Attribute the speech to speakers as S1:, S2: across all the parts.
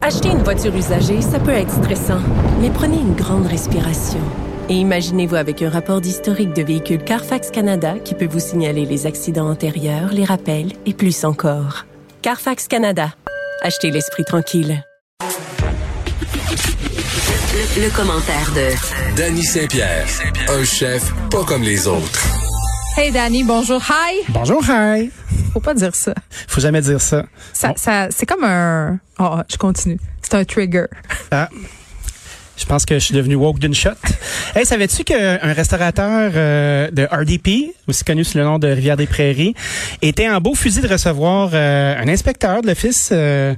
S1: Acheter une voiture usagée, ça peut être stressant, mais prenez une grande respiration. Et imaginez-vous avec un rapport d'historique de véhicule Carfax Canada qui peut vous signaler les accidents antérieurs, les rappels et plus encore. Carfax Canada. Achetez l'esprit tranquille.
S2: Le, le commentaire de
S3: Danny Saint-Pierre, un chef pas comme les autres.
S4: Hey Danny, bonjour. Hi.
S5: Bonjour, hi.
S4: Faut pas dire ça.
S5: Faut jamais dire ça.
S4: Ça, ça c'est comme un. Oh, je continue. C'est un trigger.
S5: Ah. Je pense que je suis devenu woke d'une shot. Hey, savais-tu qu'un restaurateur euh, de RDP, aussi connu sous le nom de Rivière des Prairies, était en beau fusil de recevoir euh, un inspecteur de l'Office euh,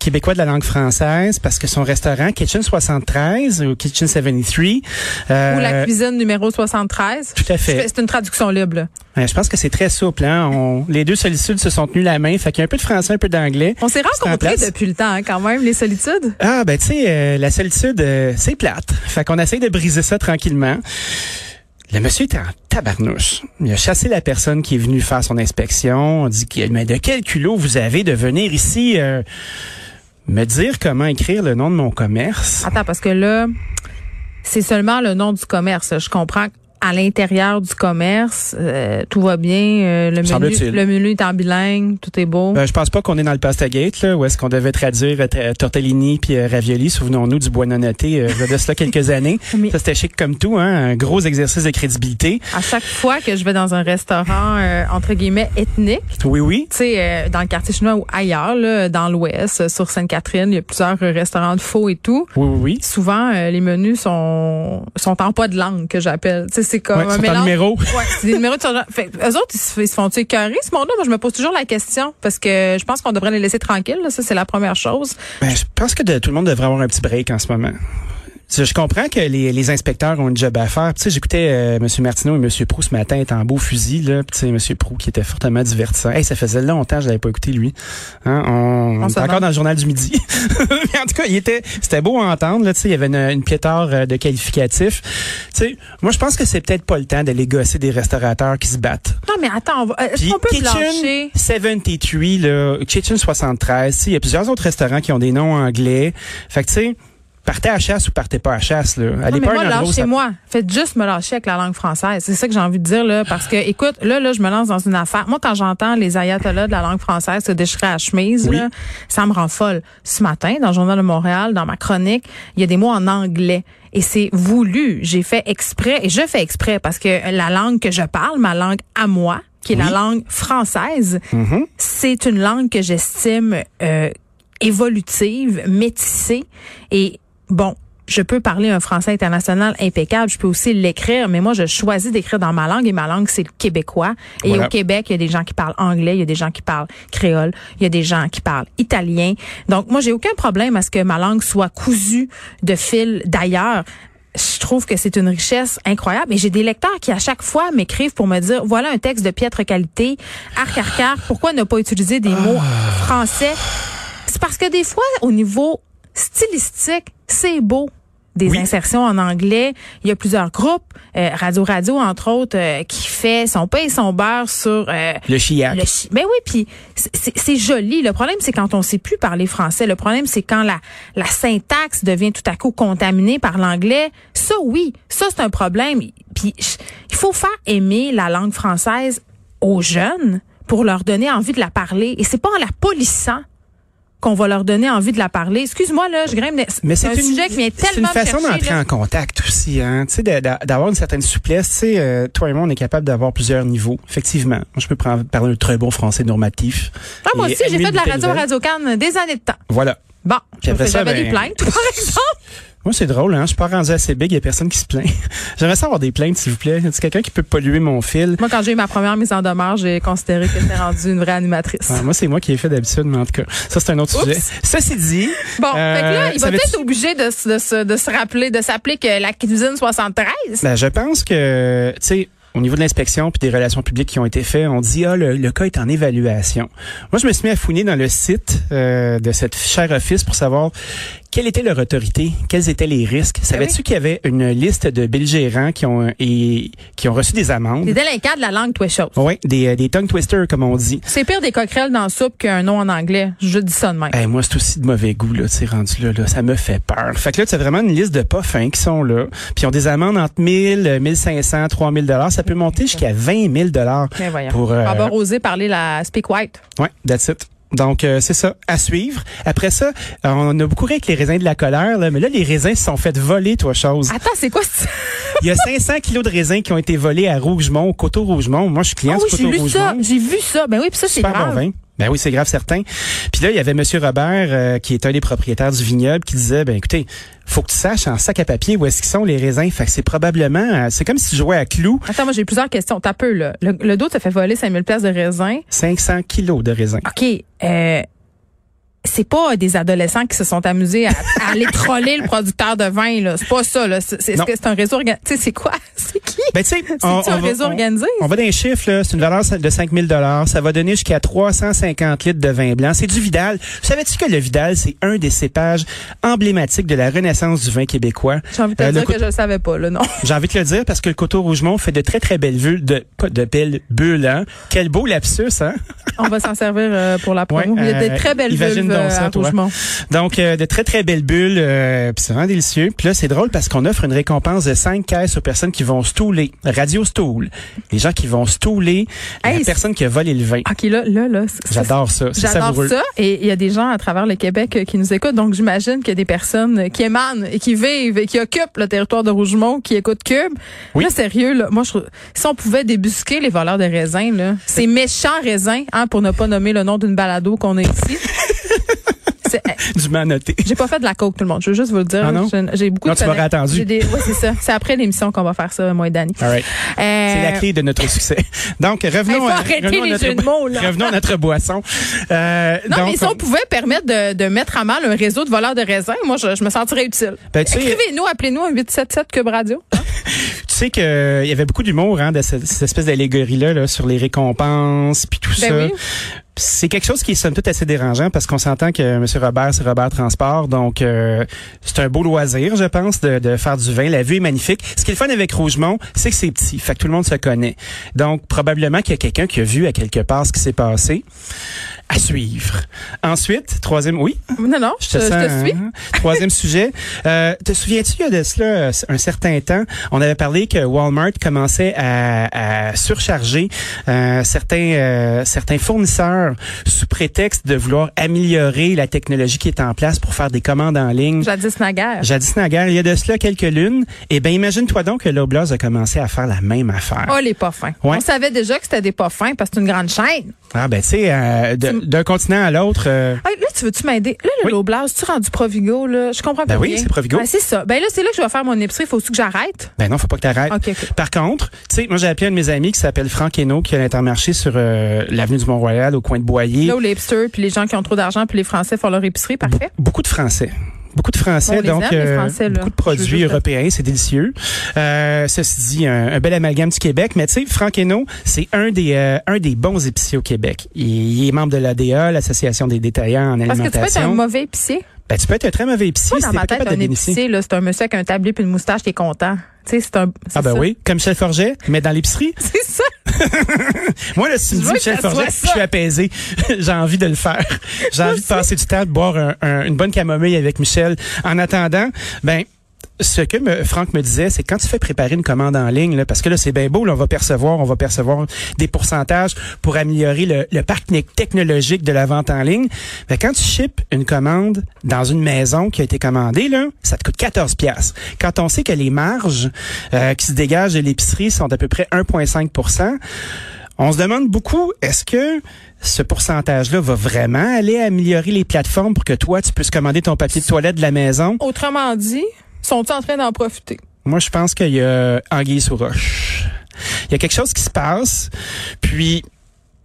S5: québécois de la langue française parce que son restaurant Kitchen 73 ou Kitchen euh, 73...
S4: Ou la cuisine numéro 73.
S5: Tout à fait.
S4: C'est une traduction libre. là.
S5: Ouais, je pense que c'est très souple. Hein? On- les deux solitudes se sont tenues la main. Fait qu'il y a un peu de français, un peu d'anglais.
S4: On s'est
S5: C'est en
S4: rencontrés
S5: place.
S4: depuis le temps, hein, quand même, les solitudes.
S5: Ah ben tu sais, euh, la solitude, euh, c'est plate. Fait qu'on essaye de briser ça tranquillement. Le monsieur était en tabarnouche. Il a chassé la personne qui est venue faire son inspection. On dit qu'il- mais de quel culot vous avez de venir ici euh, me dire comment écrire le nom de mon commerce
S4: Attends, parce que là, c'est seulement le nom du commerce. Je comprends qu'à l'intérieur du commerce, euh, tout va bien. euh, le, menu,
S5: Semble-t-il.
S4: le menu est en bilingue, tout est beau.
S5: Ben, je pense pas qu'on est dans le Pastagate, là, où est-ce qu'on devait traduire euh, t- tortellini puis euh, ravioli. Souvenons-nous du bois noté euh, il y a de cela quelques années.
S4: Mais-
S5: Ça, c'était chic comme tout, hein, un gros exercice de crédibilité.
S4: À chaque fois que je vais dans un restaurant, euh, entre guillemets, ethnique,
S5: Oui, oui.
S4: tu sais, euh, dans le quartier chinois ou ailleurs, là, dans l'Ouest, euh, sur Sainte-Catherine, il y a plusieurs euh, restaurants de faux et tout.
S5: Oui, oui, oui.
S4: Souvent, euh, les menus sont sont en pas de langue que j'appelle. Tu sais, c'est comme
S5: Ouais,
S4: un
S5: sont en
S4: mélange.
S5: numéro.
S4: Ouais, c'est des numéros de ce genre. Fait, que eux autres, ils se, ils se font-tu écœurer, ce monde-là? Moi, je me pose toujours la question parce que je pense qu'on devrait les laisser tranquilles. là. Ça, c'est la première chose.
S5: Ben, je pense que de- tout le monde devrait avoir un petit break en ce moment. Je je comprends que les, les inspecteurs ont une job à faire. Tu sais, j'écoutais euh, M. Martineau et M. Prou ce matin étant en beau fusil. Là. Puis, Tu sais, M. Prou qui était fortement divertissant. Hey, ça faisait longtemps que je l'avais pas écouté, lui. Hein, on, on
S4: se
S5: était
S4: demande.
S5: encore dans le journal du midi. Mais en tout cas, il était, c'était beau à entendre. Là, tu sais, il y avait une, une pléthore euh, de qualificatifs. Tu sais, moi, je pense que c'est peut-être pas le temps d'aller gosser des restaurateurs qui se battent.
S4: Non, mais attends, on va- euh, est-ce
S5: Puis
S4: qu'on peut
S5: Kitchen
S4: plancher?
S5: 73, là, Kitchen 73, tu sais, il y a plusieurs autres restaurants qui ont des noms anglais. Fait que, tu sais, partez à chasse ou partez pas à chasse, là.
S4: Non,
S5: Allez
S4: mais
S5: pas
S4: moi,
S5: à un endroit où ça-
S4: lâchez-moi. Faites juste me lâcher avec la langue française. C'est ça que j'ai envie de dire, là. Parce que, écoute, là, là, je me lance dans une affaire. Moi, quand j'entends les ayatollahs de la langue française se déchirer à la chemise,
S5: Oui.
S4: là, ça me rend folle. Ce matin, dans le Journal de Montréal, dans ma chronique, il y a des mots en anglais. Et c'est voulu. J'ai fait exprès, et je fais exprès, parce que la langue que je parle, ma langue à moi, qui est la
S5: Oui. Mm-hmm.
S4: langue française, c'est une langue que j'estime euh, évolutive, métissée. Et bon, je peux parler un français international impeccable, je peux aussi l'écrire, mais moi, je choisis d'écrire dans ma langue et ma langue, c'est le québécois. Et
S5: Voilà.
S4: au Québec, il y a des gens qui parlent anglais, il y a des gens qui parlent créole, il y a des gens qui parlent italien. Donc, moi, j'ai aucun problème à ce que ma langue soit cousue de fil d'ailleurs. Je trouve que c'est une richesse incroyable et j'ai des lecteurs qui à chaque fois m'écrivent pour me dire voilà un texte de piètre qualité, arc arc arc, pourquoi ne pas utiliser des mots français C'est parce que des fois au niveau stylistique, c'est beau des
S5: Oui.
S4: insertions en anglais, il y a plusieurs groupes, euh, Radio Radio entre autres euh, qui fait son pain et son beurre sur euh,
S5: Le chiac.
S4: le chi- ben oui, puis c'est- c'est c'est joli. Le problème, c'est quand on sait plus parler français. Le problème, c'est quand la, la syntaxe devient tout à coup contaminée par l'anglais. Ça, oui, ça, c'est un problème. Puis je- il faut faire aimer la langue française aux jeunes pour leur donner envie de la parler. Et c'est pas en la polissant qu'on va leur donner envie de la parler. Excuse-moi, là, je grimpe. des-
S5: Mais
S4: c'est
S5: c'est
S4: un
S5: une,
S4: sujet qui vient
S5: c'est
S4: tellement
S5: une façon
S4: me chercher,
S5: d'entrer
S4: là.
S5: en contact aussi, hein. Tu sais, d'a- d'a- d'avoir une certaine souplesse. Tu sais, euh, toi et moi, on est capable d'avoir plusieurs niveaux. Effectivement, moi, je peux prendre- parler un très bon français normatif.
S4: Ah, moi
S5: Et
S4: aussi, j'ai
S5: animer
S4: fait de la
S5: une
S4: radio
S5: nouvelle.
S4: radio cannes des années de temps.
S5: Voilà.
S4: Bon,
S5: Puis après ça,
S4: j'avais des
S5: ben,
S4: plaintes, par exemple.
S5: Moi, c'est drôle, hein. Je suis pas rendu assez big, il y a personne qui se plaint. J'aimerais savoir des plaintes, s'il vous plaît. Y a quelqu'un qui peut polluer mon fil?
S4: Moi, quand j'ai eu ma première mise en demeure, j'ai considéré que j'étais rendue une vraie animatrice.
S5: Ouais, moi, c'est moi qui ai fait d'habitude, mais en tout cas, ça, c'est un autre
S4: Oups.
S5: sujet. Ceci dit.
S4: Bon,
S5: euh,
S4: fait que là, il va
S5: savais-tu-
S4: peut-être être obligé de, se- de, se- de se rappeler, de s'appeler que la cuisine 73.
S5: Ben, je pense que, tu sais, au niveau de l'inspection puis des relations publiques qui ont été faites, on dit ah le, le cas est en évaluation. Moi, je me suis mis à fouiner dans le site euh, de cette chère office pour savoir quelle était leur autorité? Quels étaient les risques? Savais-tu
S4: Ben oui.
S5: qu'il y avait une liste de belligérants qui ont, euh, et, qui ont reçu des amendes?
S4: Les délinquants de la langue, toi, chose.
S5: Oui, des, euh, des tongue twisters, comme on dit.
S4: C'est pire des coquerelles dans la soupe qu'un nom en anglais. Je dis ça de même.
S5: Eh, moi, c'est aussi de mauvais goût, là, c'est rendu là, là. Ça me fait peur. Fait que là, c'est vraiment une liste de pas fins qui sont là. Puis ils ont des amendes entre 1000, euh, 1500, 3000 dollars. Ça peut monter jusqu'à 20 000 dollars.
S4: Mais Ben, voyons. Ah,
S5: Pour, euh,
S4: Avoir osé parler la speak white.
S5: Ouais, that's it. Donc, euh, c'est ça, à suivre. Après ça, euh, on a beaucoup ri avec les raisins de la colère, là, mais là, les raisins se sont fait voler, toi, chose.
S4: Attends, c'est quoi ça?
S5: Il y a 500 kilos de raisins qui ont été volés à Rougemont, au coteau Rougemont. Moi, je suis client
S4: Ah oui,
S5: du
S4: j'ai
S5: coteau
S4: vu
S5: Rougemont.
S4: ça. J'ai vu ça. Ben oui, puis ça, c'est
S5: Super bon
S4: grave.
S5: vin. Ben oui, c'est grave certain. Puis là, il y avait Monsieur Robert, euh, qui est un des propriétaires du vignoble, qui disait, ben écoutez, faut que tu saches en sac à papier où est-ce qu'ils sont les raisins. Fait que c'est probablement, euh, c'est comme si tu jouais à clou,
S4: Attends, moi, j'ai plusieurs questions. T'as peu, là. Le, le dos, t'as fait voler 5000 pièces de raisin.
S5: 500 kilos de raisins.
S4: OK. Euh, c'est pas des adolescents qui se sont amusés à, à aller troller le producteur de vin, là. C'est pas ça, là. C'est, c'est- est-ce
S5: Non.
S4: que c'est un réseau organisé? Tu sais, c'est quoi? C'est qui?
S5: Ben, tu sais, on,
S4: C'est-tu un
S5: on va-
S4: réseau
S5: on-
S4: organisé?
S5: On, va dans les chiffres, là. C'est une valeur de 5000 dollars. Ça va donner jusqu'à 350 litres de vin blanc. C'est du Vidal. Savais-tu que le Vidal, c'est un des cépages emblématiques de la renaissance du vin québécois?
S4: J'ai envie de te
S5: Euh, le
S4: dire
S5: cou-
S4: que je le savais pas, là, non.
S5: J'ai envie de te le dire parce que le coteau Rougemont fait de très, très belles bulles, de, pas de belles bulles, hein. Quel beau lapsus, hein?
S4: On va s'en servir euh, pour la promo.
S5: Ouais,
S4: Il y a
S5: euh,
S4: des très belles
S5: imagine
S4: vulves
S5: donc
S4: euh,
S5: ça,
S4: à
S5: toi.
S4: Rougemont.
S5: Donc, euh, de très, très belles bulles, euh, puis c'est vraiment délicieux. Puis là, c'est drôle parce qu'on offre une récompense de 5 caisses aux personnes qui vont stouler. Radio stool. Les gens qui vont stouler
S4: Hey,
S5: la
S4: c'est-
S5: personne qui a volé le vin.
S4: OK, là, là, là. c'est-
S5: J'adore ça. C'est
S4: J'adore
S5: savoureux.
S4: ça. Et il y a des gens à travers le Québec euh, qui nous écoutent. Donc, j'imagine qu'il y a des personnes euh, qui émanent et qui vivent et qui occupent le territoire de Rougemont, qui écoutent Cube.
S5: Oui.
S4: Là, sérieux, là, moi, je trouve- si on pouvait débusquer les voleurs de raisins, là, ces méchants raisins, hein, pour ne pas nommer le nom d'une balado qu'on a ici. C'est- eh,
S5: Du manoté.
S4: J'ai pas fait de la coke, tout le monde. Je veux juste vous le dire.
S5: Ah non?
S4: Je- J'ai beaucoup
S5: Non,
S4: de
S5: tu m'aurais
S4: connaissances.
S5: attendu.
S4: J'ai des- ouais, c'est ça. C'est après l'émission qu'on va faire ça, moi et Danny.
S5: All right.
S4: Euh,
S5: C'est la clé de notre succès. Donc,
S4: Hey, faut
S5: revenons, à-
S4: arrêter
S5: revenons à
S4: les
S5: notre,
S4: jeux de mots, là.
S5: revenons à notre boisson. Euh,
S4: Non,
S5: donc,
S4: mais si on pouvait permettre de, de mettre à mal un réseau de voleurs de raisins, moi, je, je me sentirais utile.
S5: Ben, tu sais-
S4: Écrivez-nous, appelez-nous à 877 Cube Radio.
S5: tu sais qu'il y avait beaucoup d'humour hein, de cette, cette espèce d'allégorie-là là, sur les récompenses puis tout
S4: Ben
S5: ça.
S4: oui.
S5: C'est quelque chose qui est somme toute assez dérangeant parce qu'on s'entend que M. Robert, c'est Robert Transport. Donc, euh, c'est un beau loisir, je pense, de, de faire du vin. La vue est magnifique. Ce qui est le fun avec Rougemont, c'est que c'est petit. Fait que tout le monde se connaît. Donc, probablement qu'il y a quelqu'un qui a vu à quelque part ce qui s'est passé. À suivre. Ensuite, troisième... Oui?
S4: Non, non, je, te- je
S5: sens,
S4: te suis.
S5: hein? Troisième sujet. Euh, te souviens-tu il y a de cela euh, un certain temps, on avait parlé que Walmart commençait à, à surcharger euh, certains euh, certains fournisseurs sous prétexte de vouloir améliorer la technologie qui est en place pour faire des commandes en ligne.
S4: Jadis Naguère.
S5: Jadis naguère, il y a de cela quelques lunes. Eh ben, imagine-toi donc que Loblaws a commencé à faire la même affaire.
S4: Oh, les pas fins.
S5: Ouais.
S4: On savait déjà que c'était des pas fins parce que c'est une grande chaîne.
S5: Ah ben, tu sais, euh, de- d'un continent à l'autre. euh,
S4: Hey, là, tu veux-tu m'aider? Là, le
S5: Oui.
S4: Loblas, tu rendu Provigo, là? Je comprends pas
S5: Ben oui,
S4: bien.
S5: c'est Provigo.
S4: Ben, c'est ça. Ben là, c'est là que je vais faire mon épicerie. Faut-tu que j'arrête?
S5: Ben non, faut pas que t'arrêtes.
S4: Ok, ok.
S5: Par contre, tu sais, moi j'ai appelé un de mes amis qui s'appelle Franck Hainaut, qui a l'intermarché sur euh, l'avenue du Mont-Royal, au coin de Boyer.
S4: Là où les hipsters, puis les gens qui ont trop d'argent, puis les Français font leur épicerie, parfait.
S5: Beaucoup de Français. Beaucoup de Français,
S4: On les
S5: donc euh,
S4: aime, les Français, là.
S5: beaucoup de
S4: Je
S5: produits
S4: veux juste-
S5: européens, c'est délicieux. Euh, ceci dit, un, un bel amalgame du Québec. Mais tu sais, Franck Hainaut, c'est un des euh, un des bons épiciers au Québec. Il, il est membre de l'ADA, l'Association des détaillants en
S4: Parce que tu peux être un
S5: alimentation.
S4: mauvais épicier.
S5: ben, tu peux être un très mauvais épicier
S4: Moi,
S5: si
S4: dans
S5: t'es
S4: ma
S5: pas
S4: tête,
S5: capable de
S4: un
S5: bénéficier.
S4: épicier, là, c'est un monsieur avec un tablier puis une moustache qui est content. Tu sais, c'est un. c'est
S5: Ah ben
S4: ça.
S5: oui, comme Michel Forget, mais dans l'épicerie.
S4: C'est ça.
S5: Moi, là, si
S4: Je
S5: tu me dis
S4: veux
S5: Michel
S4: que ça
S5: Forget,
S4: soit
S5: je suis
S4: ça.
S5: apaisé. J'ai envie de le faire. J'ai envie de passer du temps, de boire un- un- une bonne camomille avec Michel. En attendant, ben. Ce que me- Franck me disait, c'est quand tu fais préparer une commande en ligne, là, parce que là c'est bien beau, là, on va percevoir, on va percevoir des pourcentages pour améliorer le, le parc né- technologique de la vente en ligne. Mais quand tu ships une commande dans une maison qui a été commandée, là, ça te coûte 14 pièces. Quand on sait que les marges euh, qui se dégagent de l'épicerie sont à peu près 1,5 on se demande beaucoup, est-ce que ce pourcentage-là va vraiment aller améliorer les plateformes pour que toi, tu puisses commander ton papier de toilette de la maison?
S4: Autrement dit, sont-ils en train d'en profiter?
S5: Moi, je pense qu'il y a anguille sous roche. Il y a quelque chose qui se passe, puis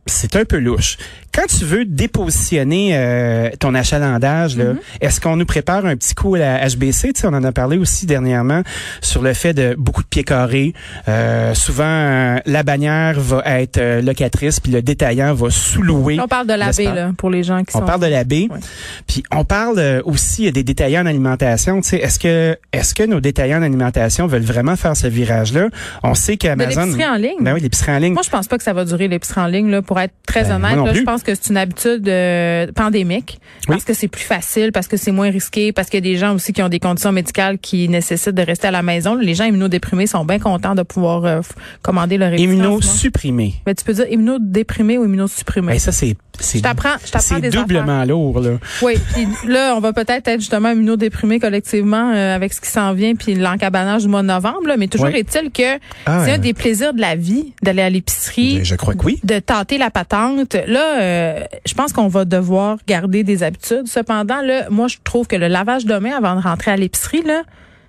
S5: c'est un peu louche. Quand tu veux dépositionner euh, ton achalandage, là, est-ce qu'on nous prépare un petit coup à la HBC? Tu sais, on en a parlé aussi dernièrement sur le fait de beaucoup de pieds carrés. Euh, souvent, euh, la bannière va être euh, locatrice, puis le détaillant va sous-louer.
S4: On parle de la
S5: l'espace.
S4: baie, là, pour les gens qui
S5: On
S4: sont.
S5: parle de la baie.
S4: Ouais.
S5: Puis on parle euh, aussi euh, des détaillants en alimentation. Tu sais, Est-ce que est-ce que nos détaillants en alimentation veulent vraiment faire ce virage-là? On sait
S4: de
S5: qu'Amazon.
S4: l'épicerie en ligne.
S5: Ben oui, l'épicerie en ligne.
S4: Moi, je pense pas que ça va durer l'épicerie en ligne, là, pour être très
S5: Ben,
S4: honnête.
S5: moi non
S4: là. je
S5: plus.
S4: pense que c'est une habitude euh, pandémique. Parce que c'est plus facile, parce que c'est moins risqué, parce qu'il y a des gens aussi qui ont des conditions médicales qui nécessitent de rester à la maison. Les gens immunodéprimés sont bien contents de pouvoir euh, f- commander leur épicerie. en ce moment.
S5: Immunosupprimés.
S4: Mais tu peux dire immunodéprimé ou immunosupprimé.
S5: Ben ça, c'est c'est
S4: je t'apprends, je t'apprends
S5: c'est
S4: des
S5: doublement lourd. Là.
S4: affaires. Oui, puis là, on va peut-être être justement immunodéprimé collectivement euh, avec ce qui s'en vient, puis l'encabanage du mois de novembre, là, mais toujours
S5: Oui.
S4: est-il que
S5: Ah,
S4: c'est
S5: euh,
S4: un des plaisirs de la vie d'aller à l'épicerie,
S5: Je- je crois que oui.
S4: de tenter la patente. Là, euh, je pense qu'on va devoir garder des habitudes. Cependant, là, moi, je trouve que le lavage de main avant de rentrer à l'épicerie, là,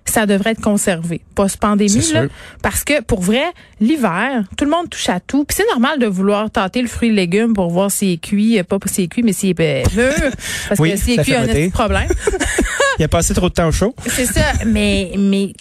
S4: ça devrait être conservé. Post-pandémie,
S5: C'est
S4: là.
S5: sûr.
S4: Parce que, pour vrai, l'hiver, tout le monde touche à tout. Puis c'est normal de vouloir tenter le fruit et le légume pour voir s'il est cuit, euh, pas s'il est cuit, mais s'il est ben, bleu. Parce
S5: Oui,
S4: que s'il est
S5: ça
S4: cuit,
S5: fait
S4: on a un
S5: voter.
S4: petit problème.
S5: Il a passé trop de temps au chaud.
S4: C'est ça, mais mais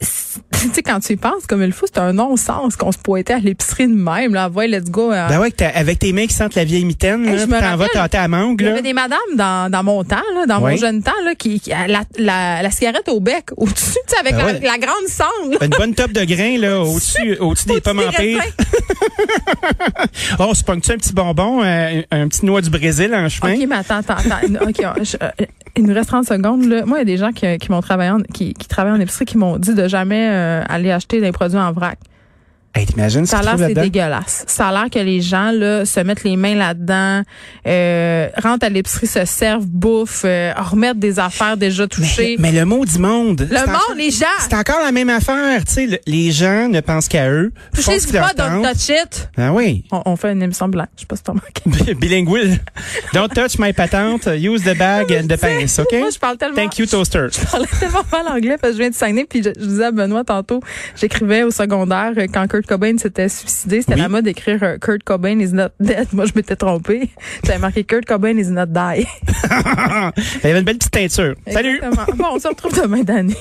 S4: c'est- tu sais quand tu y penses comme il faut, c'est un non-sens qu'on se pointait à l'épicerie de même là, ouais, let's go. euh,
S5: Ben ouais, que t'as- avec tes mains qui sentent la vieille mitaine,
S4: Hey,
S5: là,
S4: je
S5: puis
S4: me
S5: t'en vas
S4: rappelle,
S5: tenter à mangue.
S4: il y
S5: Là.
S4: avait des madames dans, dans mon temps, là, dans mon
S5: Oui.
S4: jeune temps, là, qui, qui- la, la, la cigarette au bec, au-dessus, tu sais, avec
S5: Ben
S4: la,
S5: ouais.
S4: la grande sangle.
S5: Une bonne top de grains là, au-dessus au-dessus des pommes en
S4: Des
S5: pire.
S4: raisins.
S5: Oh, on se pogne-tu un petit bonbon, euh, un, un petit noix du Brésil en chemin?
S4: OK, mais attends, attends, attends. OK, on- je- euh, il nous reste 30 secondes. Là. Moi, il y a des gens qui, qui m'ont travaillé en- qui, qui travaillent en épicerie qui m'ont dit de jamais euh, aller acheter des produits en vrac.
S5: Hey, t'imagines ce
S4: Ça a
S5: que tu
S4: l'air
S5: trouves
S4: c'est
S5: là-dedans?
S4: dégueulasse. Ça a l'air que les gens là se mettent les mains là-dedans, euh, rentrent à l'épicerie, se servent, bouffent, euh, remettent des affaires déjà touchées.
S5: Mais, mais le mot du monde.
S4: le
S5: c'est
S4: monde,
S5: encore-
S4: les gens,
S5: C'est encore la même affaire, tu sais. le- Les gens ne pensent qu'à eux. font ce
S4: touchez-vous
S5: qui leur
S4: pas, don't
S5: tente.
S4: touch it.
S5: Ah oui.
S4: On, on fait une émission blanche. Je sais pas si t'as manqué.
S5: Bilingual. Don't touch my patente. Use the bag and the pants, OK?
S4: Moi, je parle tellement.
S5: Thank you, toaster.
S4: Je parlais tellement mal anglais parce que je viens de Saguenay puis je, je disais à Benoît tantôt, j'écrivais au secondaire euh, quand Kurt Cobain s'était suicidé, c'était
S5: Oui.
S4: la mode d'écrire euh, Kurt Cobain is not dead. Moi je m'étais trompée. J'avais marqué Kurt Cobain is not die.
S5: Il y avait une belle petite teinture. Salut!
S4: Exactement. Bon, on se retrouve demain d'année.